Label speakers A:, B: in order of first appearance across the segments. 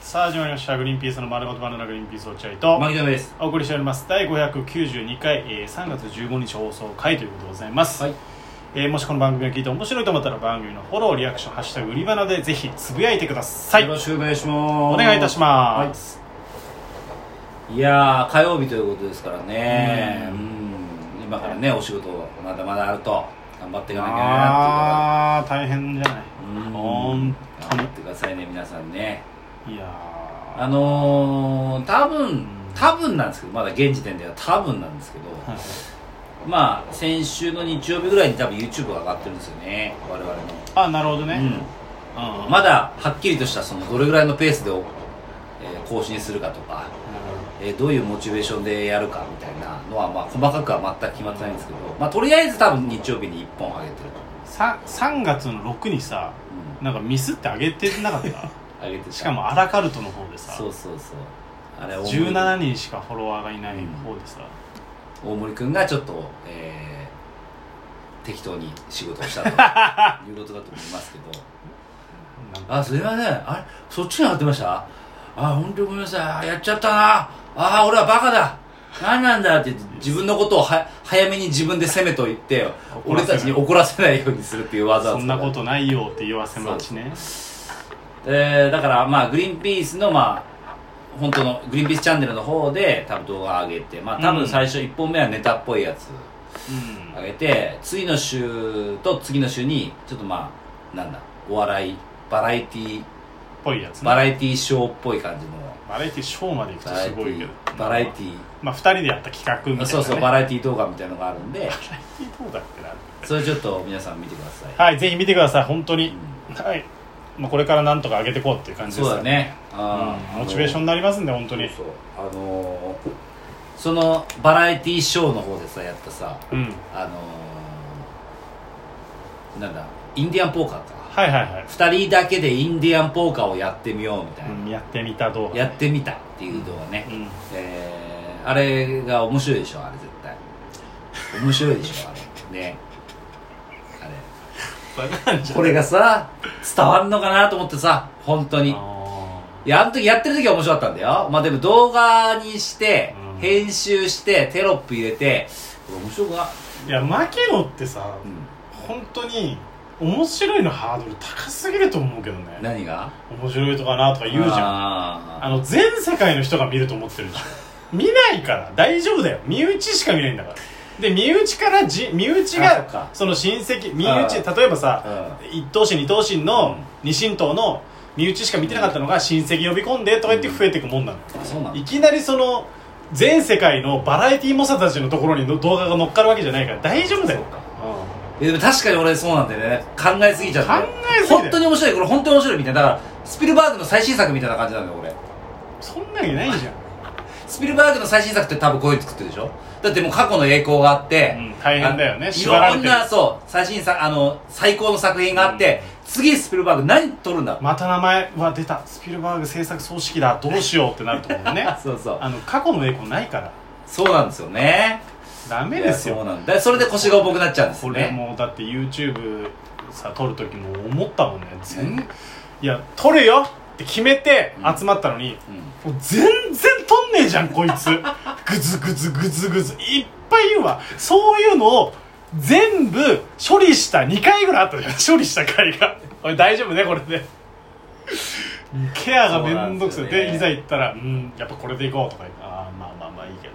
A: さあ始まりました「グリーンピースの丸ごとバナナグリーンピース落合」と
B: 牧野です
A: お送りしております第592回、えー、3月15日放送回ということでございます、
B: はい
A: えーもしこの番組を聞いて面白いと思ったら番組のフォローリアクション「ハッシュタグ売りバナ」でぜひつぶやいてください
B: よろ
A: お
B: しくお願いします
A: 願いいたします、
B: す、い、やー火曜日ということですからね
A: う
B: うんん今からねお仕事まだまだあると頑張っていかなきゃいけないな
A: ああー大変じゃない
B: っていうからう
A: 本当
B: 頑張ってくださいね皆さんね
A: にいやー
B: あのー、多分多分なんですけどまだ現時点では多分なんですけど
A: はい
B: まあ先週の日曜日ぐらいに多分 YouTube が上がってるんですよね我々の、
A: あなるほどね、
B: うん
A: うん
B: まだはっきりとしたそのどれぐらいのペースで、えー更新するかとか、えーどういうモチベーションでやるかみたいなのは、まあ、細かくは全く決まってないんですけど、まあ、とりあえず多分日曜日に1本上げてると、
A: さ 3, 月の6にさなんかミスってあげてなかった
B: うん、上げてた
A: しかもアラカルトの方でさ
B: そうそうそうあれ
A: 17人しかフォロワーがいない方でさ、
B: 大森くんがちょっと、えー適当に仕事をした ということだと思いますけど
A: なんか
B: あすいませんあれそっちに上がってましたあ本当にごめんなさいあやっちゃったなあ俺はバカだ何なんだって自分のことをは早めに自分で責めと言って
A: 怒ら
B: 俺
A: せない
B: たちに怒らせないようにするっていう技を
A: そ
B: 使
A: ん
B: う
A: なことないよって言わせまちね
B: えーだからまあグリーンピースのまあ本当のグリーンピースチャンネルの方で多分動画上げてまあ多分最初1本目はネタっぽいやつ
A: うん
B: 上げて次の週と次の週にちょっとまあなんだお笑いバラエティ
A: ぽいやつね
B: バラエティショーっぽい感じの
A: バラエティショーまで行くと
B: バラエ
A: す
B: テ
A: ごいけ
B: ィ
A: ど
B: バラエティ
A: まあ2人でやった企画みたいな、ね、
B: そうそう
A: バ
B: バ
A: ラ
B: ラエティ動画みたいなのがあるんで
A: エティどうだっけな
B: それちょっと皆さん見てください、
A: はいぜひ見てください本当に、
B: う
A: はい、まあ、これからなんとか上げていこうっていう感
B: ん
A: じで
B: そう
A: す
B: だねあ
A: うんモチベーションになりますんで本当に
B: そうそうあのーそのバラエティショーの方でさやったさ
A: うん
B: あのーなんだインディアンポーカーか
A: はいはいはい、
B: 2人だけでインディアンポーカーをやってみようみたいな、
A: うん、やってみた動画
B: やってみたっていう動画ね、
A: うん
B: えーあれが面白いでしょあれ絶対面白いでしょあれねあれこれがさ伝わるのかなと思ってさ本当に
A: あ
B: いやあの時やってる時は面白かったんだよまあでも動画にして
A: うん
B: 編集してテロップ入れてこれ面白くな
A: ーいや牧野ってさ
B: うん
A: 本当に面白いのハードル高すぎると思うけどね
B: 何が
A: 面白いとかなとか言うじゃん
B: ゃ
A: あの全世界の人が見ると思ってるでしょ見ないから大丈夫だよ身内しか見ないんだからで身内からじ身内
B: あそっ
A: が
B: か
A: その親戚身
B: あ
A: 内
B: ー
A: 例えばさ
B: う
A: 一等身二等身
B: うん
A: の二親等の身内しか見てなかったのが親戚呼び込んでとか言って増えていくもんなの
B: んあそうなんだ
A: いきなりその全世界のバラエティー猛者たちのところにの動画が乗っかるわけじゃないから大丈夫だよ
B: そうか
A: うん
B: いやでも確かに俺そうなんだよね考えすぎちゃって
A: 考えすぎだよ
B: 本当に面白いこれ本当に面白いみたいなだからスピルバーグの最新作みたいな感じなんだよ俺
A: そんなわけないじゃん
B: スピルバーグの最新作って多分こういうの作ってるでしょだってもう過去の栄光があって、
A: うん大変だよね
B: あい
A: 縛られ
B: ろ
A: て
B: ん
A: る
B: なそう最新作あの最高の作品があって、次スピルバーグ何撮るんだろう、
A: また名前は出たスピルバーグ制作総指揮だどうしようってなると思うね
B: そうそう
A: あの過去の栄光ないから
B: そうなんですよね
A: ダメです
B: いや
A: よ
B: そうなんだそれで腰が重くなっちゃうんです
A: こ
B: よ
A: れ
B: ね
A: もうだって YouTube さ撮る時も思ったもんね全いや撮るよって決めて集まったのに、もう全然撮んねえじゃんこいつグズグズグズグズいっぱい言うわそういうのを全部処理した2回ぐらいあったじゃん処理した回がおい大丈夫ねこれでケアがめんどくさい
B: そうなんですよ
A: で,、
B: ね
A: いざ行ったらうんやっぱこれで行こうとか言ってああまあまあまあいいけど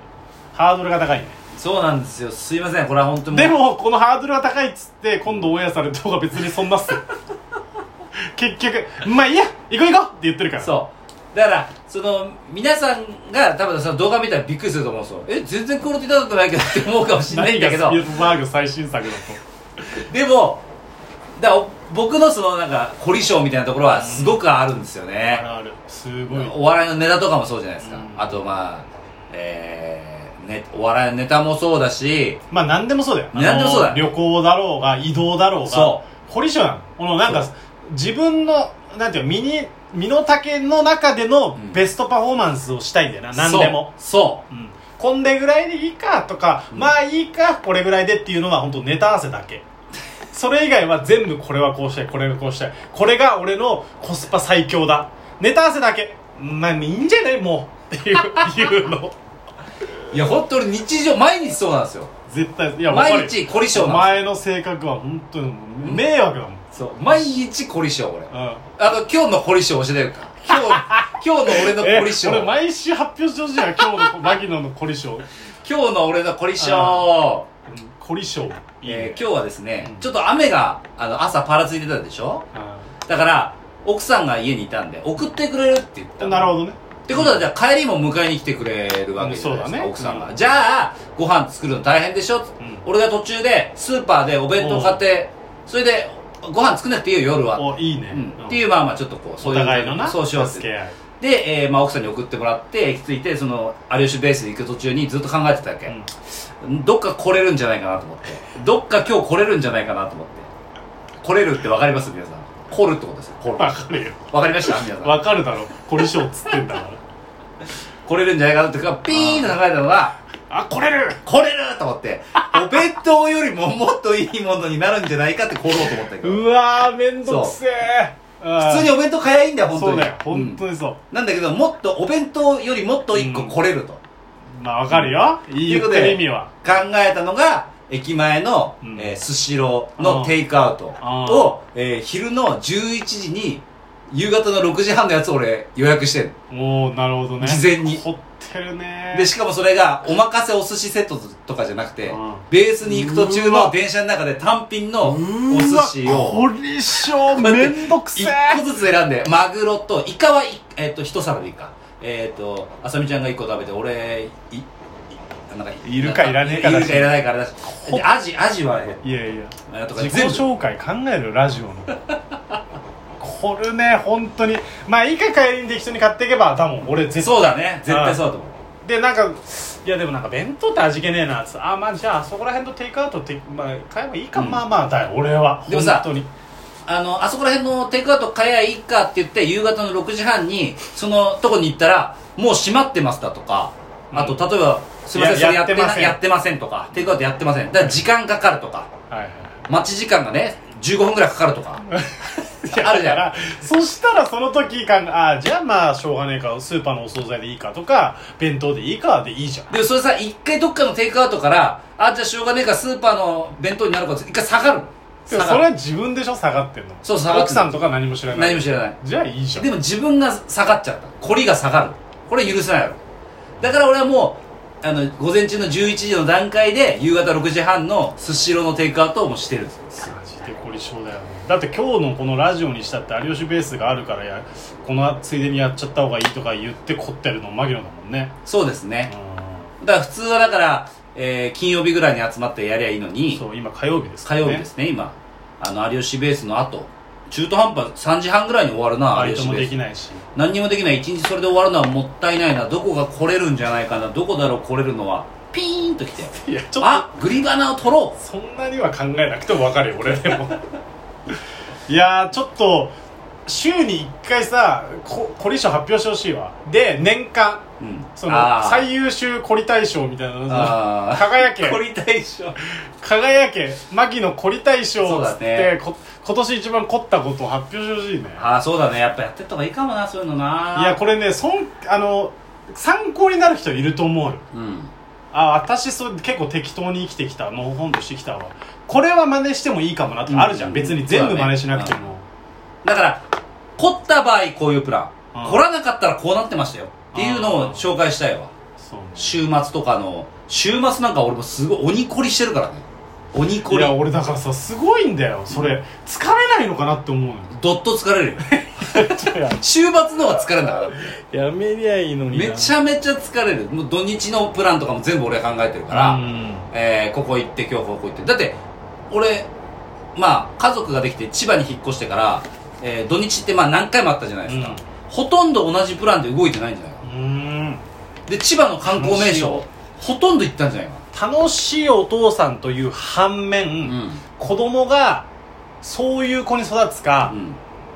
A: ハードルが高いね
B: うん、そうなんですよすいませんこれは本当に
A: でもこのハードルが高いっつって今度オンエアされた方が別にそんなっすよ結局まあいいや行こう行こうって言ってるから
B: そうだからその皆さんが多分その動画見たらびっくりすると思うんですよえ全然クオリティ高くないけどって思うかもしれないんだけど
A: 何がスピルバーグ最新作だと
B: でもだから僕のそのなんか凝り性みたいなところはすごくあるんですよ
A: あ
B: ね
A: るあるすごい
B: お笑いのネタとかもそうじゃないですか、
A: うん
B: あとまあえーね、お笑いのネタもそうだし
A: まあ何でもそうだよ
B: 何でもそうだよ
A: あの旅行だろうが移動だろうが
B: そ
A: 凝り性なのこのなんか自分のなんていうの身に身の丈の中での
B: ん
A: ベストパフォーマンスをしたいんだよな、何でも
B: そう
A: うんこんでぐらいでいいかとか、
B: うん
A: まあいいかこれぐらいでっていうのは本当ネタ合わせだけ それ以外は全部これはこうしたいこれがこうしたいこれが俺のコスパ最強だネタ合わせだけまあいいんじゃないもうっていういうの
B: いや本当に日常毎日そうなんですよ
A: 絶対いやわかる
B: 毎日凝り性
A: お
B: なんで
A: 前の性格は本当にもう迷惑だもん、
B: すよそう毎日凝り性俺
A: うん
B: あの今日の凝り性教えてるか今日 今日の俺の凝り性
A: 俺毎週発表してほしいや今日の牧野の凝り性うん
B: 今日の俺の凝り性
A: あ凝り性いいね、
B: えー今日はですね、
A: うん
B: ちょっと雨があの朝パラついてたでしょだから奥さんが家にいたんで送ってくれるって言った
A: うん
B: の
A: なるほどね
B: ってことはじゃあ帰りも迎えに来てくれるわけじゃないですか、
A: うん
B: 奥
A: そうだ
B: さ
A: ね
B: んが、
A: うん
B: じゃあご飯作るの大変でしょ、
A: ん
B: 俺が途中でスーパーでお弁当買ってそれでご飯作んなくていいよ夜は、
A: おいいね、
B: うん、って
A: う
B: い
A: ん
B: うまあまあちょっとこうそ
A: お
B: ういう
A: 互いのな
B: そうしようって
A: 助け合い
B: で、えーまあ、奥さんに送ってもらって行き着いてその有吉ベース行く途中にずっと考えてたわけ、
A: うん
B: どっか来れるんじゃないかなと思ってどっか今日来れるんじゃないかなと思って来れるって分かります皆さん来るってことですよ来る
A: わかるよ
B: 分かりました皆さん
A: わかるだろ凝り性っつってんだ か
B: 来れるんじゃないかなってかピーンと考えたのが
A: らあ来れる
B: 来れると思ってお弁当よりももっといいものになるんじゃないかって来ろうと思ったけど
A: うわーめんどくせえ
B: 普通にお弁当買えばいいんだよ
A: うん
B: 本当
A: そう
B: に
A: だよ
B: うん
A: 本当にそう、
B: なんだけどもっとお弁当よりもっと一個来れると、
A: まあわかるよ
B: とい
A: 言
B: うこ
A: っ
B: と
A: て
B: で
A: る意味は
B: 考えたのが駅前の、
A: うん
B: えースシロー
A: う
B: の
A: ん
B: テイクアウト
A: あー
B: を、えー昼の11時に夕方の6時半のやつ俺予約してる
A: おおなるほどね
B: 事前に
A: 凝ってるね
B: でしかもそれがお任せお寿司セットとかじゃなくて
A: うん
B: ベースに行く途中
A: うわ
B: の電車の中で単品のお
A: う
B: 寿司を
A: わ凝り性めんどくせ
B: 一
A: え
B: 個ずつ選んでマグロとイカは、いえっと一皿でいいかえっ、とあさみちゃんが1個食べて俺いいなんか
A: いるかいらねえか
B: い
A: だし
B: るかいらないからだしでアジアジはえっと
A: いやいや
B: なんとか
A: 自
B: 全
A: 己
B: 部
A: 紹介考えるラジオのこれね本当にまあいいか帰りに適当に買っていけば多分俺絶対
B: そうだね絶対そうだと思う
A: でなんかいやでもなんか弁当って味気ねえなっつってあまあじゃあそこら辺のテイクアウトって、まあ、買えばいいか、
B: うん
A: まあまあだよ俺は
B: でもさ
A: 本当に
B: あのあそこら辺のテイクアウト買えばいいかって言って夕方の6時半にそのとこに行ったらもう閉まってますだとか
A: うん
B: あと例えばすいませ
A: い
B: んそ
A: や
B: れやって
A: やってま
B: な
A: せん
B: やってませんとかテイクアウトやってませんだから時間かかるとか
A: はいはい
B: 待ち時間がね15分ぐらいかかるとかあるじ
A: だか
B: ゃん
A: らそしたらその時考えあじゃあまあしょうがねえかスーパーのお惣菜でいいかとか弁当でいいかでいいじゃん
B: でもそれさ一回どっかのテイクアウトからあじゃあしょうがねえからスーパーの弁当になるかって一回下がる
A: で
B: 下
A: も
B: が
A: そ
B: る
A: れは自分でしょ下がってんの
B: そう下がってんの
A: 奥さんとか何も知らない
B: 何も知らない
A: じゃあいいじゃん
B: でも自分が下がっちゃった凝りが下がるこれ許せないやろだから俺はもうあの午前中の11時の段階で夕方6時半のスシローのテイクアウトをもうしてるんですよ
A: マジで凝り性だよねだって今日のこのラジオにしたって有吉ベースがあるからやこのついでにやっちゃった方がいいとか言って凝ってるのマギロだもんね
B: そうですねだから普通はだから、えー金曜日ぐらいに集まってやりゃいいの
A: うん
B: に
A: そう今火曜日ですか
B: 火
A: らね
B: 曜日ですね今あの有吉ベースの後中途半端3時半ぐらいに終わるな
A: バ
B: 有
A: イト
B: 吉
A: も
B: ベ
A: で
B: ース
A: きないし
B: 何にもできない一日それで終わるのはもったいないなどこが来れるんじゃないかなどこだろう来れるのはピーンと来て
A: いやちょっ
B: あグリバナを取ろ
A: と
B: う
A: そんなには考えなくても分かるよ俺でも いやーちょっと週に1回さこ凝り性発表してほしいわで年間
B: うん
A: その
B: あー
A: 最優秀凝り大賞みたいなの
B: あー
A: 輝 け
B: 凝り大賞
A: 輝け牧野凝り大賞っつっ
B: そうだ
A: て、こ今年一番凝ったことを発表してほしいね
B: ああそうだねやっぱやってった方がいいかもなそういうのない
A: やこれねそんあの参考になる人いると思うよ
B: うん
A: あ私そう結構適当に生きてきたのほほんとしてきたわこれは真似してもいいかもなってあるじゃん、
B: うん
A: 別に全
B: そ
A: 部
B: うだね
A: 真似しなくても、
B: だから凝った場合こういうプラン、
A: うん
B: 凝らなかったらこうなってましたよっていうのを紹介したいわ
A: そうね
B: 週末とかの週末なんか俺もすごい鬼凝りしてるからね鬼凝
A: い
B: り
A: や俺だからさすごいんだよそれ疲れないのかなって思うのよ
B: どっと 疲れるよ週末の方が疲れるんだから
A: やめりゃいいの
B: めちゃめちゃ疲れるもう土日のプランとかも全部俺が考えてるから、
A: うん
B: えーここ行って今日ここ行ってだって俺まあ家族ができて千葉に引っ越してから、えー土日ってまあ何回もあったじゃないですか、
A: うん
B: ほとんど同じプランで動いてないんじゃないう
A: ーん
B: で千葉の観光名所ほとんど行ったんじゃないか
A: 楽しいお父さんという反面、
B: な
A: 子供がそういう子に育つか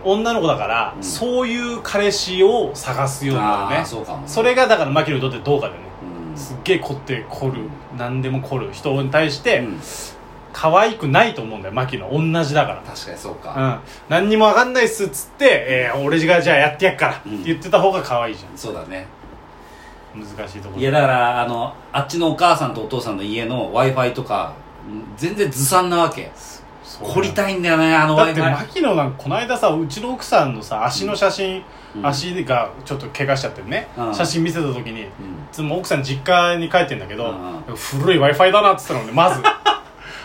B: う、ん、
A: 女の子だから、
B: うん
A: そういう彼氏を探すようにな
B: あ
A: る
B: あ
A: ね
B: ーそうかも
A: それがだからマキロにとってどうかだよね
B: うん
A: すっげえ凝って凝る何でも凝る人に対して
B: う
A: 考
B: ん
A: 可愛くないと思うんだよ牧野同じだから
B: 確かにそう
A: う
B: か、
A: ん、何にも分かんないっすっつって、えー俺がじゃあやってやっからって言ってた方が可愛いじゃ
B: そうだね
A: ん難しいところ
B: いやだからあのあっちのお母さんとお父さんの家の w i f i とかうん全然ずさんなわけ
A: そう
B: 凝りたいんだよねあの
A: だ
B: w
A: って
B: i f i
A: 牧野なんかこの間さうちの奥さんのさ足の写真、
B: うん
A: 足がちょっと怪我しちゃってるね、
B: うん
A: 写真見せた時にいつも奥さん実家に帰ってんだけど、
B: うんうん
A: 古い w i f i だなって言ってたのねまず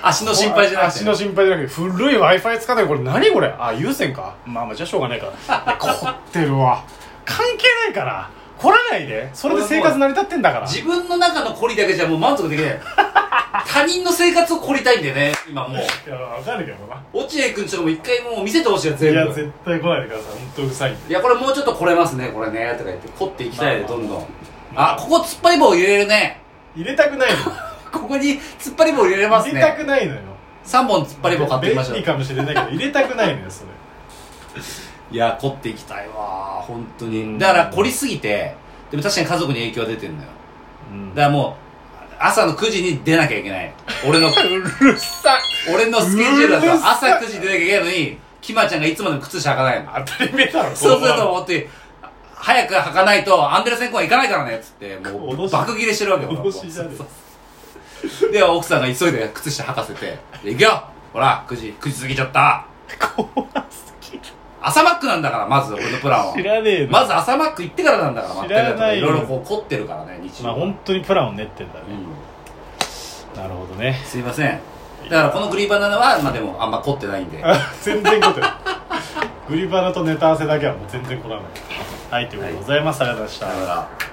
B: 足の心配じゃなくて
A: 足の心配じゃなくて古い w i f i 使ってるこれ何これあ有線かまあまあじゃあしょうがない からいや凝ってるわ関係ないから凝らないでそれで生活成り立ってんだから
B: 自分の中の凝りだけじゃもう満足できない 他人の生活を凝りたいんだよね今もう
A: いやわかるけどな
B: 落合君ちとかも一回もう見せてほしいよ全
A: い
B: 部
A: や絶対来ないでください本当うるさいんで
B: いやこれもうちょっとこれますねこれねとか言って凝っていきたいで
A: まあ
B: どんどん
A: まあ
B: あここ突っ張り棒入れるね
A: 入れたくない の
B: ここに突っ張り棒入れれます
A: 入れた
B: ね
A: くないのよ
B: 3本突っ張り棒買ってみましょう
A: 便利かもしれないけど入れたくないのよそれ
B: いや凝っていきたいわ本当
A: うん
B: にだから凝りすぎてでも確かに家族に影響は出てるのよだか
A: だ
B: らもう朝の9時に出なきゃいけない俺 の
A: うるさい
B: 俺のスケジュールだ
A: うる
B: と
A: さ
B: 朝
A: い
B: 9時に出なきゃいけないのにキマちゃんがいつまでも靴下履かないの
A: 当たり前だろ
B: そうすると
A: こ
B: 思って早く履かないとアンデルセン公園行かないからねっつっても
A: 脅
B: う
A: し
B: 爆切れしてるわけよ
A: 脅しじゃねえ
B: そうそうで奥さんが急いで靴下履かせて「行くよほら9時9時過ぎちゃった
A: の怖すぎる
B: 朝マックなんだからまず俺のプランは
A: 知らねえの
B: まず朝マック行ってからなんだから
A: 知らないよ
B: ろいろこう凝ってるからね日
A: まあ
B: 常、
A: 本当にプランを練ってんだ
B: う
A: ね
B: ん
A: なるほどね
B: すいませんだからこのグリーバナナはまあでもあんま凝ってないんで
A: あ全然来てないグリバナとネタ合わせだけはもう全然来らないはいということでございます、ありがとうございました
B: だから